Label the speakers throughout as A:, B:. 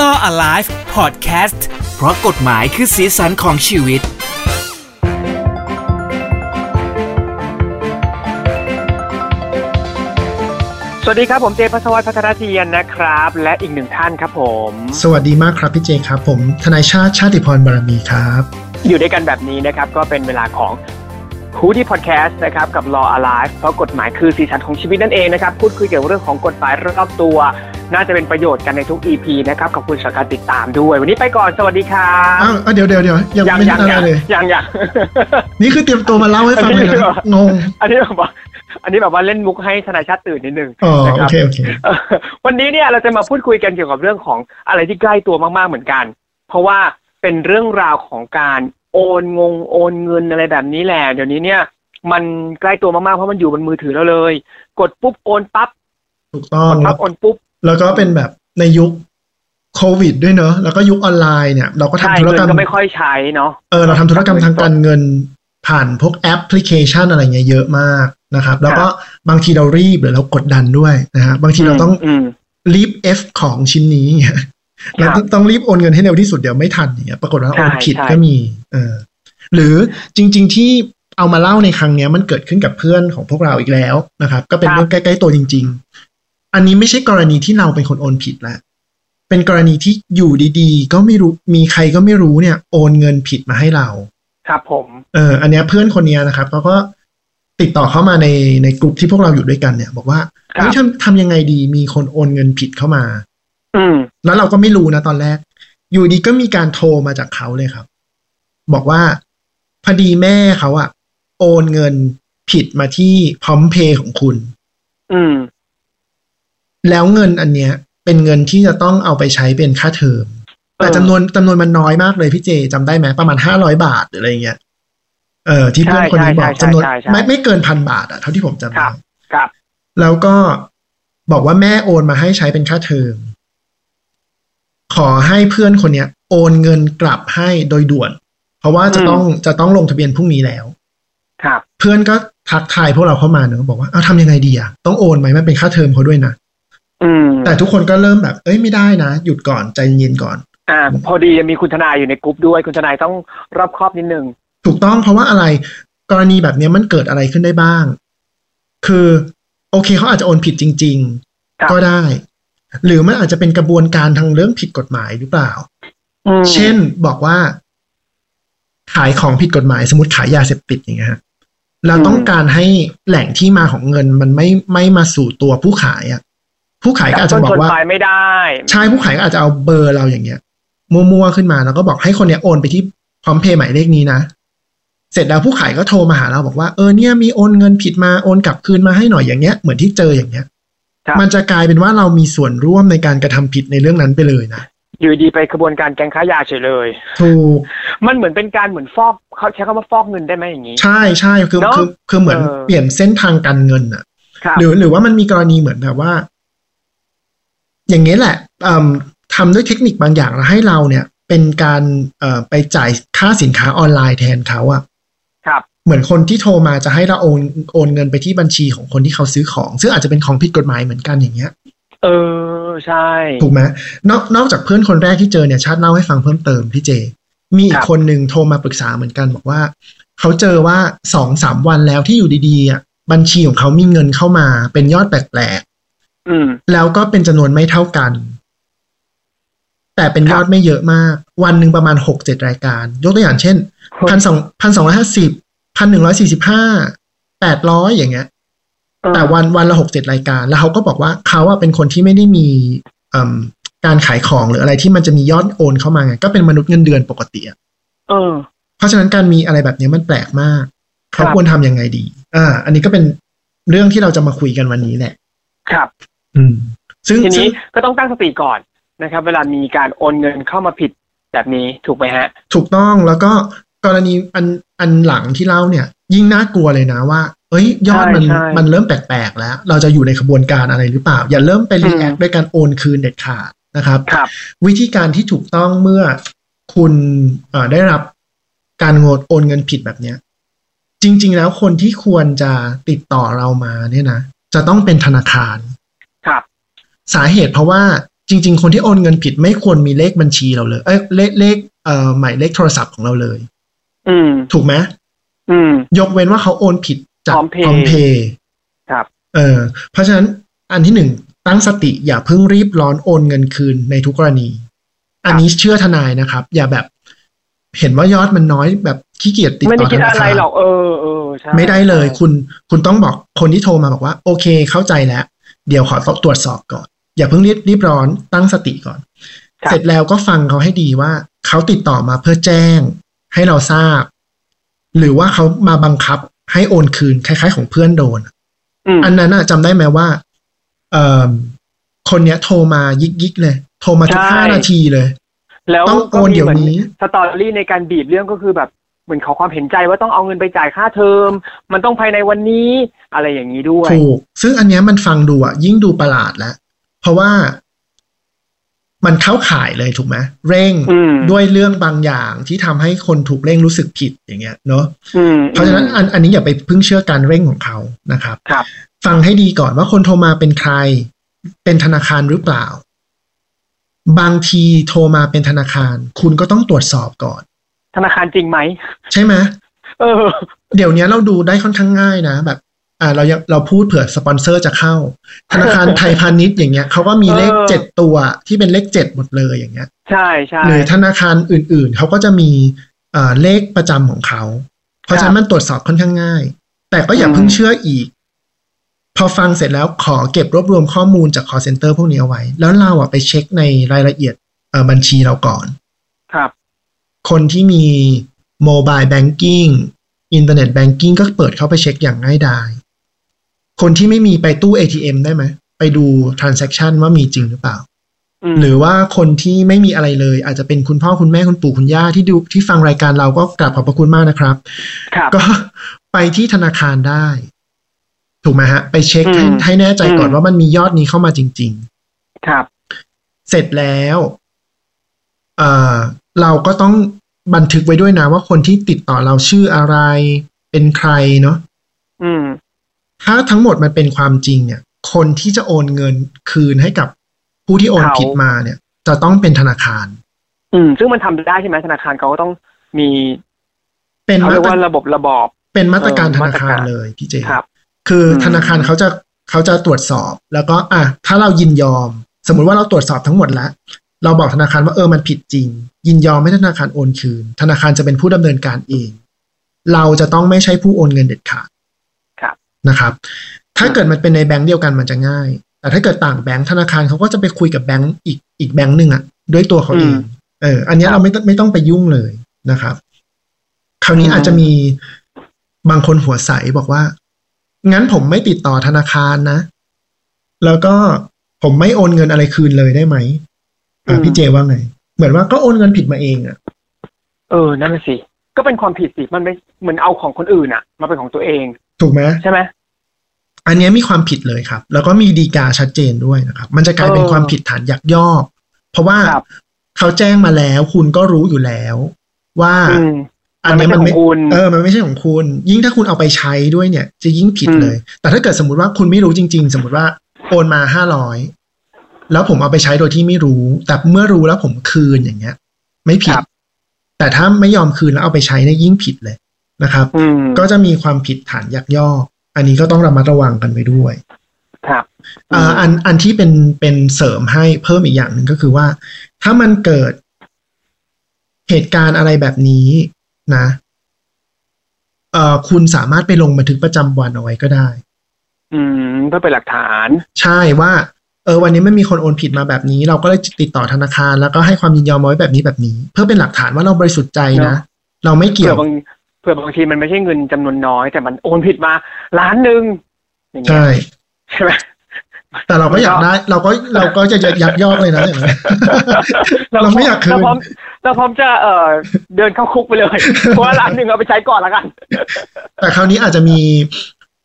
A: Law Alive Podcast เพราะกฎหมายคือสีสันของชีวิต
B: สวัสดีครับ ผมเจพัชวัฒน์พัฒนาเจียนนะครับ และอีกหนึ่งท่านครับผม
C: สวัสดีมากครับพี่เจครับ ผมทนายชาติชาติพรบารมีครับ
B: อยู่ด้วยกันแบบนี้นะครับ ก็เป็นเวลาของฮูดี้พอดแคสต์นะครับ กับ Law Alive เพราะกฎหมายคือสีสันของชีวิตนั่นเองนะครับ พูดคุยเกี่ยวกับเรื่องของกฎหมายรอบตัว น่าจะเป็นประโยชน์กันในทุก EP นะครับขอบคุณสำหรับการติดตามด้วย วันนี้ไปก่อนสวัสดีครับ
C: อ้าวเดี๋ยวเดี๋ยวเดี๋ยวยังไม่ได้อะไรเลย
B: ยังยัง
C: นี่คือเตรียมตัวมาเล่าให้ฟังเลยนะงง
B: อันนี้แบบว่าอันนี้แบบว่าเล่นมุกให้ธนายชาติตื่นนิดนึง
C: อ๋อ
B: นะค
C: โอ
B: รับ
C: เคโอเค
B: เอ่อวันนี้เนี่ยเราจะมาพูดคุยกันเกี่ยวกับเรื่องของอะไรที่ใกล้ตัวมากๆเหมือนกัน เพราะว่าเป็นเรื่องราวของการโอนงงโอนเงินอะไรแบบนี้แหละเดี๋ยวนี้เนี่ย มันใกล้ตัวมากๆเพราะมันอยู่บนมือถือเราเลย กดปุ๊บโอนปั๊บ
C: ถูกต้อง
B: ปั๊บโอนปุ๊บ
C: แล้วก็เป็นแบบในยุคโควิดด้วยเนอะแล้วก็ยุคออนไลน์เนี่ย เราก็
B: ใช่
C: ทำธุร
B: เงิ
C: กรร
B: น
C: ม
B: ก็ไม่ค่อยใช้เนาะ
C: เออเราทำธุรกรรมทางการเงินผ่านพวกแอปพลิเคชันอะไรเงี้ยเยอะมากนะครับ แล้วก็บางทีเรารีบหรือเรากดดันด้วยนะฮะบางทีเราต้อง
B: อืม
C: รีบ F ของชิ้นนี้ อย่างเงี้ยเราต้องต้องรีบโอนเงินให้เร็วที่สุดเดี๋ยวไม่ทันอย่างเงี้ยปรากฏว่า
B: ใช่
C: โอนผิด
B: ใช่
C: ก็มีเออหรือจริง ๆ ที่เอามาเล่าในครั้งเนี้ยมันเกิดขึ้นกับเพื่อนของพวกเราอีกแล้วนะครับ ก็เป็นเรื่องใกล้ๆตัวจริง ๆ อันนี้ไม่ใช่กรณีที่เราเป็นคนโอนผิดละเป็นกรณีที่อยู่ดีๆ ก็ไม่รู้มีใครก็ไม่รู้เนี่ย โอนเงินผิดมาให้เรา
B: ครับผม
C: เออ อันเนี้ยเพื่อนคนเนี้ยนะครับเขาก็ติดต่อเข้ามาในในกลุ่มที่พวกเราอยู่ด้วยกันเนี่ย บอกว่า
B: ครั
C: เฮ้ย
B: บ
C: ทำทำยังไงดีมีคนโอนเงินผิดเข้ามา
B: อืม
C: แล้วเราก็ไม่รู้นะตอนแรก อยู่ดีก็มีการโทรมาจากเขาเลยครับ บอกว่าพอดีแม่เขาอะโอนเงินผิดมาที่พร้อมเพย์ของคุณ
B: อืม
C: แล้วเงินอันเนี้ย เป็นเงินที่จะต้องเอาไปใช้เป็นค่าเทอม แต่จำนวนจำนวนมันน้อยมากเลยพี่เจจำได้ไหมประมาณห้าร้อยบาทหรืออะไรเงี้ยเออที่เพื่อนคนนี้บอกจำนวนไม่ไม่เกินพันบาทอะเท่าที่ผมจำได้
B: ครับ
C: แล้วก็บอกว่าแม่โอนมาให้ใช้เป็นค่าเทอม ขอให้เพื่อนคนเนี้ย โอนเงินกลับให้โดยด่วน เพราะว่าจะ
B: อืม
C: ต้องจะต้องลงทะเบียนพรุ่งนี้แล้ว
B: ครับ
C: เพื่อนก็ทักทายพวกเราเข้ามาเนอะบอกว่าเอาทำยังไงดีอะต้องโอนไหมมันเป็นค่าเทอมเขาด้วยนะ
B: อืม
C: แต่ทุกคนก็เริ่มแบบ เอ้ยไม่ได้นะ หยุดก่อนใจเย็นๆก่อน
B: อ่าพอดีมีคุณทนายอยู่ในกลุ่มด้วยคุณทนายต้องรอบคอบนิดนึง
C: ถูกต้องเพราะว่าอะไรกรณีแบบเนี้ยมันเกิดอะไรขึ้นได้บ้าง คือโอเคเขาอาจจะโอนผิดจริง
B: ครับ
C: ๆ ก็ได้ หรือมันอาจจะเป็นกระบวนการทางเรื่องผิดกฎหมายหรือเปล่า
B: อืม
C: เช่นบอกว่า ขายของผิดกฎหมายสมมติขายยาเสพติดอย่างเงี้ยฮะแล้วต้องการให้แหล่งที่มาของเงินมันไม่ไม่มาสู่ตัวผู้ขายอ่ะผู้ขายก็อาจจะ
B: ต้น
C: บอ
B: ช
C: ก
B: น
C: ว่า
B: ปลายไม่ได้
C: ใช่ผู้ขายก็อาจจะเอาเบอร์เราอย่างเงี้ยมั่วๆขึ้นมาแล้วก็บอกให้คนเนี้ยโอนไปที่พร้อมเพย์หมายเลขนี้นะ เสร็จแล้วผู้ขายก็โทรมาหาเราบอกว่าเออเนี่ยมีโอนเงินผิดมาโอนกลับคืนมาให้หน่อยอย่างเงี้ยเหมือนที่เจออย่างเงี้ย
B: ครับ
C: มันจะกลายเป็นว่าเรามีส่วนร่วมในการกระทำผิดในเรื่องนั้นไปเลยนะ
B: อยู่ดีไปขบวนการแก๊งค้ายาเฉยเลย
C: ถูก
B: มันเหมือนเป็นการเหมือนฟอกเขาใช้คำว่าฟอกเงินได้ไหมอย่างนี้
C: ใช่ใช่คือ
B: เนอะ
C: คือคือเหมือน
B: เออ
C: เปลี่ยนเส้นทางการเงินอะ
B: ครับ
C: หรือหรือว่ามันมีกรณีเหมือนแบบว่า อย่างนี้ยแหละอืมทำด้วยเทคนิคบางอย่างแล้วให้เราเนี่ย เป็นการเอ่อไปจ่ายค่าสินค้าออนไลน์แทนเขาอะ
B: ครับ
C: เหมือนคนที่โทรมาจะให้เราโอนโอนเงินไปที่บัญชีของคนที่เขาซื้อของ ซึ่งอาจจะเป็นของผิดกฎหมายเหมือนกันอย่างเงี้ย
B: เออใช่
C: ถูกไหมนอกนอกจากเพื่อนคนแรกที่เจอเนี่ยชาติเล่าให้ฟังเพิ่มเติมพี่เจ มีอี
B: ค
C: ก
B: รับ
C: คนหนึ่งโทรมาปรึกษาเหมือนกัน บอกว่า เขาเจอว่าสองสามวันแล้วที่อยู่ดีๆอะบัญชีของเขามีเงินเข้ามา เป็นยอดแปลกๆ
B: อืม
C: แล้วก็เป็นจำนวนไม่เท่ากัน แต่เป็นยอดไม่เยอะมาก วันหนึ่งประมาณหกเจ็ดรายการ ยกตัวอย่างเช่น
B: ครับ
C: พันสองพันสองร้อยห้าสิบพันหนึ่งร้อยสี่สิบห้าแปดร้อยอย่างเงี้ย
B: เออ
C: แต่วันวันละหกเจ็ดรายการ แล้วเขาก็บอกว่าเขาอะเป็นคนที่ไม่ได้มีเอิ่มการขายของหรืออะไรที่มันจะมียอดโอนเข้ามาไงก็เป็นมนุษย์เงินเดือนปกติอะ
B: เออ
C: เพราะฉะนั้นการมีอะไรแบบเนี้ยมันแปลกมากเขา
B: ครับ
C: ควรทำยังไงดี อ่า อันนี้ก็เป็นเรื่องที่เราจะมาคุยกันวันนี้แหละ
B: ครับ
C: อืม ซึ่ง
B: ที
C: ซึ่
B: นี้
C: ง
B: ก็ต้องตั้งสติก่อนนะครับ เวลามีการโอนเงินเข้ามาผิดแบบนี้ถูกไหมฮะ
C: ถูกต้องแล้วก็กรณีอันอันหลังที่เล่าเนี่ย ยิ่งน่ากลัวเลยนะว่า เอ้ย ยอดมัน
B: ใช่ใช่
C: มันเริ่มแปลกๆแล้ว เราจะอยู่ในขบวนการอะไรหรือเปล่า อย่าเริ่มไปรีแอค
B: อืม
C: ด้วยการโอนคืนเด็ดขาดนะครับ
B: ครับ
C: วิธีการที่ถูกต้องเมื่อคุณเอ่อได้รับการโงดโอนเงินผิดแบบเนี้ย จริง ๆ แล้วคนที่ควรจะติดต่อเรามาเนี่ยนะ จะต้องเป็นธนาคาร
B: ครับ
C: สาเหตุเพราะว่า จริง ๆ คนที่โอนเงินผิดไม่ควรมีเลขบัญชีเราเลย เอ้ยเลขเลขเอ่อหมายเลขโทรศัพท์ของเราเลย
B: อืม
C: ถูกไหม
B: อืม
C: ยกเว้นว่าเขาโอนผิดจาก
B: PromptPay
C: เพย์
B: ครับ
C: เออเพราะฉะนั้นอันที่หนึ่งตั้งสติอย่าเพิ่งรีบร้อนโอนเงินคืนในทุกกรณี อันนี้เชื่อทนายนะครับ อย่าแบบ เห็นว่ายอดมันน้อยแบบขี้เกียจติด
B: ไม่
C: ต่
B: ได้
C: อ
B: คิด
C: ธนา
B: อะไร
C: คาร
B: หรอกเออเออใช่
C: ไม่ได้เลย คุณคุณต้องบอกคนที่โทรมาบอกว่า โอเคเข้าใจแล้ว เดี๋ยวขอตรวจสอบก่อน อย่าเพิ่งรีบรีบร้อนตั้งสติก่อน
B: คบ
C: เสร็จแล้วก็ฟังเขาให้ดีว่าเขาติดต่อมาเพื่อแจ้ง ให้เราทราบ หรือว่าเขามาบังคับให้โอนคืนคล้าย ๆ ของเพื่อนโดน
B: อืม
C: อันนั้นน่ะจำได้ไหมว่า เอ่อคนเนี้ยโทรมายิกยิกๆเลย โทรมาทุก
B: ใช่
C: ห้านาทีเลย
B: แล้ว
C: ต้องโอนเดี๋ยวนี้
B: ก็มีเหมือสตอรี่ในการบีบเรื่องก็คือแบบเหมือนขอความเห็นใจว่าต้องเอาเงินไปจ่ายค่าเทอม มันต้องภายในวันนี้อะไรอย่างนี้ด้วย
C: ถูก ซึ่งอันเนี้ยมันฟังดูอ่ะ ยิ่งดูประหลาดแล้ว เพราะว่ามันเข้าข่ายเลยถูกไหมเร่ง
B: อืม
C: ด้วยเรื่องบางอย่างที่ทำให้คนถูกเร่งรู้สึกผิดอย่างเงี้ยเนาะ
B: อืม
C: เพราะฉะนั้น
B: อืม
C: อันอันนี้อย่าไปพึ่งเชื่อการเร่งของเขานะครับ
B: ครับ
C: ฟังให้ดีก่อนว่าคนโทรมาเป็นใคร เป็นธนาคารหรือเปล่า บางทีโทรมาเป็นธนาคาร คุณก็ต้องตรวจสอบก่อน
B: ธนาคารจริงไหม
C: ใช่ไหม
B: เออ
C: เดี๋ยวนี้เราดูได้ค่อนข้างง่ายนะ แบบ อ่าเรายังเราพูดเผื่อสปอนเซอร์จะเข้า ธนาคารไทยพาณิชย์อย่างเงี้ยเขาก็มีเลข
B: เออ
C: เจ็ดตัวที่เป็นเลขเจ็ดหมดเลยอย่างเงี้ย
B: ใช่ใช่
C: หรือธนาคารอื่นๆ เขาก็จะมีเอ่อเลขประจำของเขา เพราะฉะนั้นมันตรวจสอบค่อนข้างง่าย แต่ก็อย่า
B: อืม
C: เพิ่งเชื่ออีก พอฟังเสร็จแล้วขอเก็บรวบรวมข้อมูลจาก call center พวกนี้เอาไว้ แล้วเราอะไปเช็คในรายละเอียดเอ่อบัญชีเราก่อน
B: ครับ
C: คนที่มี mobile banking internet banking ก็เปิดเข้าไปเช็คอย่างง่ายดาย คนที่ไม่มีไปตู้ ATM ได้ไหม ไปดู transaction ว่ามีจริงหรือเปล่า
B: อืม
C: หรือว่าคนที่ไม่มีอะไรเลย อาจจะเป็นคุณพ่อคุณแม่คุณปู่คุณย่าที่ดูที่ฟังรายการเราก็กราบขอบพระคุณมากนะครับ
B: ครับ
C: ก็ ไปที่ธนาคารได้ ถูกไหมฮะ ไปเช็คให้
B: อืม
C: ให้แน่ใจก่อน
B: อืม
C: ว่ามันมียอดนี้เข้ามาจริง
B: ครับ
C: ๆ เสร็จแล้วเอ่อเราก็ต้องบันทึกไว้ด้วยนะ ว่าคนที่ติดต่อเราชื่ออะไร เป็นใครเนาะ
B: อืม
C: ถ้าทั้งหมดมันเป็นความจริงเนี่ย คนที่จะโอนเงินคืนให้กับผู้ที่โอน
B: เขา
C: ผิดมาเนี่ย จะต้องเป็นธนาคาร
B: อืม ซึ่งมันทำได้ใช่ไหมธนาคารเขาก็ต้องมี
C: เป็น
B: เขา
C: มา
B: เรียก
C: ตร
B: ว่าระบบระบอบ
C: เป็นมาตรการ
B: เอ
C: ธ
B: อมา
C: นา
B: ตร
C: คา
B: การ ร
C: เลยพี่เจ
B: ครับ
C: คืออ
B: ม
C: ธนาคารเขาจะเขาจะตรวจสอบ แล้วก็อ่ะถ้าเรายินยอม สมมุติว่าเราตรวจสอบทั้งหมดแล้ว เราบอกธนาคารว่าเออมันผิดจริง ยินยอมให้ธนาคารโอนคืน ธนาคารจะเป็นผู้ดำเนินการเอง เราจะต้องไม่ใช่ผู้โอนเงินเด็ดขาด
B: ครับ
C: นะครับ ถ้าเกิดมันเป็นในแบงก์เดียวกันมันจะง่าย แต่ถ้าเกิดต่างแบงก์ธนาคารเขาก็จะไปคุยกับแบงก์อีกอีกแบงก์หนึ่งอะด้วยตัวเขาเอง
B: อืม
C: เออ อันเนี้ย
B: ครับ
C: เราไม่ต้องไม่ต้องไปยุ่งเลยนะครับ คราวนี้
B: อืม
C: อาจจะมีบางคนหัวใสบอกว่า งั้นผมไม่ติดต่อธนาคารนะ แล้วก็ผมไม่โอนเงินอะไรคืนเลยได้ไหมอ่ะพี่เจว่าไง เหมือนว่าก็โอนเงินผิดมาเองอะ
B: เออ นั่นนะสิ ก็เป็นความผิดสิ มันไม่เหมือนเอาของคนอื่นอะมาเป็นของตัวเอง
C: ถูกไหม
B: ใช่ไหม
C: อันเนี้ยมีความผิดเลยครับ แล้วก็มีดีกาชัดเจนด้วยนะครับ มันจะกลายเป็น
B: เออ
C: ความผิดฐานยักยอก เพราะว่า
B: ครับ
C: เขาแจ้งมาแล้วคุณก็รู้อยู่แล้ว ว่า
B: อืม
C: อันเนี้ยมัน
B: มัน
C: ไม่
B: ไม่ใช่ของคุณ
C: เออมันไม่ใช่ของคุณ ยิ่งถ้าคุณเอาไปใช้ด้วยเนี่ย จะยิ่งผิดเลย แต่ถ้าเกิดสมมติว่าคุณไม่รู้จริง ๆ สมมติว่าโอนมาห้าร้อยแล้วผมเอาไปใช้โดยที่ไม่รู้ แต่เมื่อรู้แล้วผมคืนอย่างเงี้ย ไม่ผิด แต่ถ้าไม่ยอมคืนแล้วเอาไปใช้เนี่ยยิ่งผิดเลยนะครับ
B: อืม
C: ก็จะมีความผิดฐานยักยอก อันนี้ก็ต้องระมัดระวังกันไปด้วย
B: ครับ
C: อ่าอันอันที่เป็นเป็นเสริมให้เพิ่มอีกอย่างหนึ่งก็คือว่า ถ้ามันเกิดเหตุการณ์อะไรแบบนี้นะเอ่อคุณสามารถไปลงบันทึกประจำวันเอาไว้ก็ได้
B: อืมเพื่อเป็นหลักฐาน
C: ใช่ว่า เออวันนี้ไม่มีคนโอนผิดมาแบบนี้ เราก็เลยติดต่อธนาคาร แล้วก็ให้ความยินยอมเอาไว้แบบนี้แบบนี้ เพื่อเป็นหลักฐานว่าเราบริสุทธิ์ใจนะเราไม่เกี่
B: เผื่
C: ย
B: อ
C: ว
B: บางเผื่อบางทีมันไม่ใช่เงินจำนวนน้อย แต่มันโอนผิดมาล้านหนึ่งอย่างเงี้ย
C: ใช่
B: ใช่ไหม
C: แต่เราก็อยากได้ เราก็เราก็จะยักยอกเลยนะอย่างนั้น เราไม่อยากคืน
B: เราพร้อมเราพร้อมจะเอ่อเดินเข้าคุกไปเลย เพราะว่าร้านหนึ่งเอาไปใช้ก่อนละกัน
C: แต่คราวนี้อาจจะมี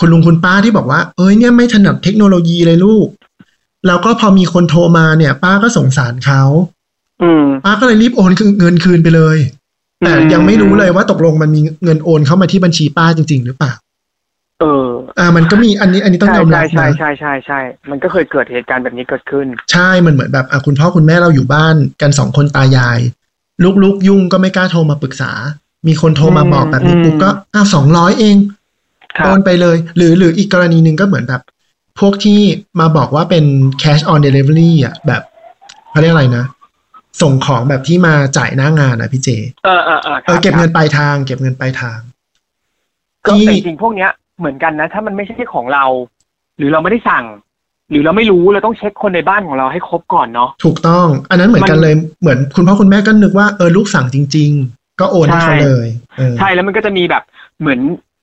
C: คุณลุงคุณป้าที่บอกว่า เอ้ยเนี่ยไม่ถนัดเทคโนโลยีเลยลูก แล้วก็พอมีคนโทรมาเนี่ย ป้าก็สงสารเขา
B: อืม
C: ป้าก็เลยรีบโอนคืนเงินคืนไปเลย แต่
B: อืม
C: ยังไม่รู้เลยว่าตกลงมันมีเงินโอนเข้ามาที่บัญชีป้าจริง ๆ หรือเปล่า
B: เออ
C: อ่ามันก็มีอันนี้อันนี้ต้องยอมรับ
B: ใช่ใช่
C: นะ
B: ใช่ใช่ใช่มันก็เคยเกิดเหตุการณ์แบบนี้เกิดขึ้น
C: ใช่ มันเหมือนแบบอ่ะคุณพ่อคุณแม่เราอยู่บ้านกันสองคนตายาย ลูกๆยุ่งก็ไม่กล้าโทรมาปรึกษา มีคนโทรมาบอกแบบนี้
B: อืม
C: ปุ๊บก็อ้าวสองร้อยเอง
B: ครั
C: โอบนไปเลย หรือหรืออีกกรณีหนึ่งก็เหมือนแบบ พวกที่มาบอกว่าเป็น cash on delivery อ่ะแบบเขาเรียกอะไรนะ ส่งของแบบที่มาจ่ายหน้างานนะพี่เจ
B: เออเออเออค
C: เอ
B: รั
C: อบ เก็บเงินปลายทาง เก็บเงินปลายทาง
B: ก็แต่จริงๆพวกเนี้ยเหมือนกันนะ ถ้ามันไม่ใช่ของเรา หรือเราไม่ได้สั่ง หรือเราไม่รู้เราต้องเช็คคนในบ้านของเราให้ครบก่อนเนาะ
C: ถูกต้อง อันนั้นเหมือนกัน
B: มัน
C: เลยเหมือนคุณพ่อคุณแม่ก็นึกว่าเออลูกสั่งจริง ๆ ก็โอนให้เขา
B: ใช่
C: เลยเออ
B: ใช่แล้วมันก็จะมีแบบเหมือน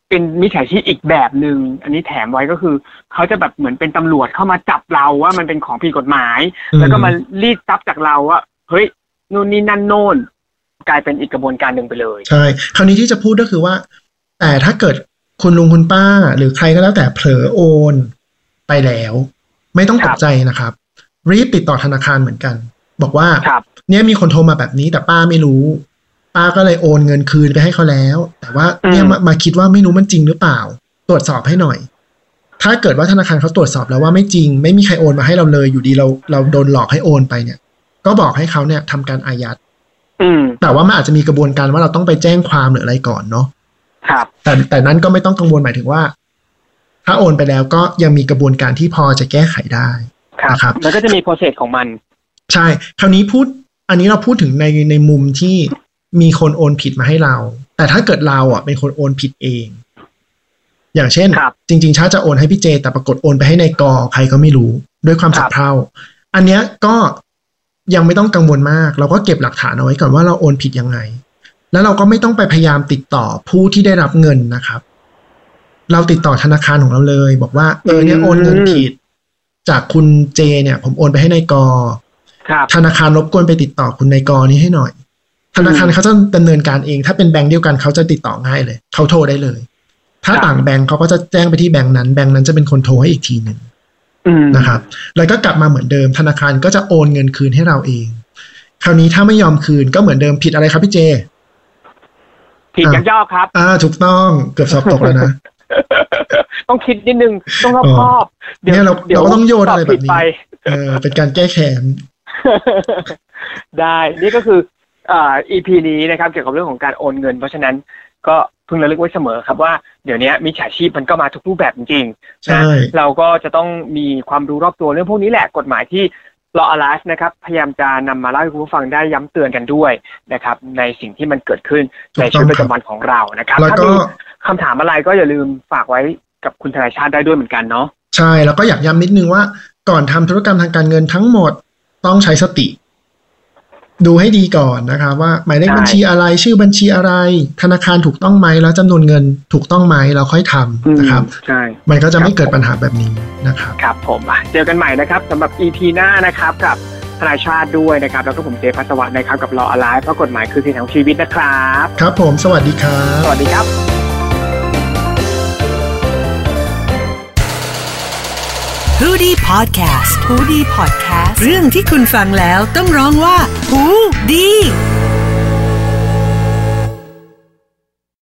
B: เป็นมิจฉาชีพอีกแบบหนึ่งอันนี้แถมไว้ก็คือเขาจะแบบเหมือนเป็นตำรวจเข้ามาจับเราว่ามันเป็นของผิดกฎหมาย
C: อืม
B: แล้วก็มารีดทรัพย์จากเราว่าเฮ้ยนู่นนี่นั่นโน่น กลายเป็นอีกกระบวนการหนึ่งไปเลย
C: ใช่ คราวนี้ที่จะพูดก็คือว่า แต่ถ้าเกิดคุณลุงคุณป้า หรือใครก็แล้วแต่เผลอโอนไปแล้ว ไม่ต้อง
B: ค
C: ต
B: รั
C: ก
B: บ
C: ใจนะครับ รีบติดต่อธนาคารเหมือนกัน บอกว่า
B: ครับ
C: เนี่ยมีคนโทรมาแบบนี้ แต่ป้าไม่รู้ ป้าก็เลยโอนเงินคืนไปให้เขาแล้ว แต่ว่า
B: อืม
C: เนี่ยมามาคิดว่าไม่รู้มันจริงหรือเปล่า ตรวจสอบให้หน่อย ถ้าเกิดว่าธนาคารเขาตรวจสอบแล้วว่าไม่จริง ไม่มีใครโอนมาให้เราเลยอยู่ดีเราเราโดนหลอกให้โอนไปเนี่ย ก็บอกให้เขาเนี่ยทำการอายัด
B: อืม
C: แต่ว่ามันอาจจะมีกระบวนการว่าเราต้องไปแจ้งความหรืออะไรก่อนเนาะ
B: ครับ
C: แต่แต่นั้นก็ไม่ต้องกังวลหมายถึงว่า ถ้าโอนไปแล้วก็ยังมีกระบวนการที่พอจะแก้ไขได้
B: ครับ
C: นะครับ
B: แล้วก็จะมีโปรเซสของมัน
C: ใช่ คราวนี้พูด อันนี้เราพูดถึงในในมุมที่มีคนโอนผิดมาให้เรา แต่ถ้าเกิดเราอ่ะเป็นคนโอนผิดเอง อย่างเช่น
B: ครับ
C: จริงๆช้าจะโอนให้พี่เจ แต่ปรากฏโอนไปให้ในายกอใครก็ไม่รู้ ด้วยความ
B: ครั
C: สั
B: บ
C: บเพร่าอันเนี้ยก็ยังไม่ต้องกังวลมาก เราก็เก็บหลักฐานเอาไว้ก่อนว่าเราโอนผิดยังไง แล้วเราก็ไม่ต้องไปพยายามติดต่อผู้ที่ได้รับเงินนะครับ เราติดต่อธนาคารของเราเลย บอกว่าเออเนี่ยโอนเงินผิด จากคุณเจ เนี่ย ผมโอนไปให้ในายกอ
B: ครับ
C: ธนาคารรบกวนไปติดต่อคุณนายกรนี้ให้หน่อย ธนาคารเขาจะดำเนินการเอง ถ้าเป็นแบงก์เดียวกันเขาจะติดต่อง่ายเลย เขาโทรได้เลย ถ้า
B: ครับ
C: ต่างแบงก์เขาก็จะแจ้งไปที่แบงก์นั้น แบงก์นั้นจะเป็นคนโทรให้อีกทีหนึ่ง
B: อืม
C: นะครับ แล้วก็กลับมาเหมือนเดิม ธนาคารก็จะโอนเงินคืนให้เราเอง คราวนี้ถ้าไม่ยอมคืนก็เหมือนเดิมผิดอะไรครับพี่เจ
B: ผิด
C: อ่ะ
B: ยักยอกครับ
C: อ่าถูกต้องเกือบสอบตกแล้วนะ
B: ต้องคิดนิดนึง ต้องรอบคอบ
C: เนี่ยเราเราก็ต้องโยนอะไร
B: ตผิด
C: แบบนี้
B: ป
C: เออเป็นการแก้แค้น
B: ได้นี่ก็คืออ่า EP นี้นะครับ เกี่ยวกับเรื่องของการโอนเงิน เพราะฉะนั้นก็พึงระลึกไว้เสมอครับว่าเดี๋ยวนี้มิจฉาชีพมันก็มาทุกรูปแบบจริงๆ
C: ใช่
B: นะเราก็จะต้องมีความรู้รอบตัวเรื่องพวกนี้แหละกฎหมายที่ Law Alive นะครับ พยายามจะนำมาเล่าให้คุณผู้ฟังได้ย้ำเตือนกันด้วยนะครับ ในสิ่งที่มันเกิดขึ้นในชีวิตประจำวันของเรานะครับ
C: แล้ว
B: ถ้า
C: ก็
B: มีคำถามอะไรก็อย่าลืมฝากไว้กับคุณธนายชาติได้ด้วยเหมือนกันเนาะ
C: ใช่แล้วก็อยากย้ำนิดนึงว่าก่อนทำธุรกรรมทางการเงินทั้งหมดต้องใช้สติ ดูให้ดีก่อนนะคะ ว่าหมายเลขบัญชีอะไรชื่อบัญชีอะไร ธนาคารถูกต้องไหมแล้วจำนวนเงินถูกต้องไหมเราค่อยทำนะครับ
B: อืมใช่
C: มันก็จะไม่เกิดปัญหาแบบนี้นะครับ
B: ครับผมอ่ะเจอกันใหม่นะครับสำหรับ EP หน้านะครับกับทนายชาติด้วยนะครับ แล้วก็ผมเจพัสวัสดนะครับ กับรออะไรเพราะกฎหมายคือสิ่งของชีวิตนะครับ
C: ครับผมสวัสดีครับ
B: สวัสดีครับ
D: h o ดี้พอดแคสต์ฮูดี้พอดแคสต์เรื่องที่คุณฟังแล้วต้องร้องว่าฮูดี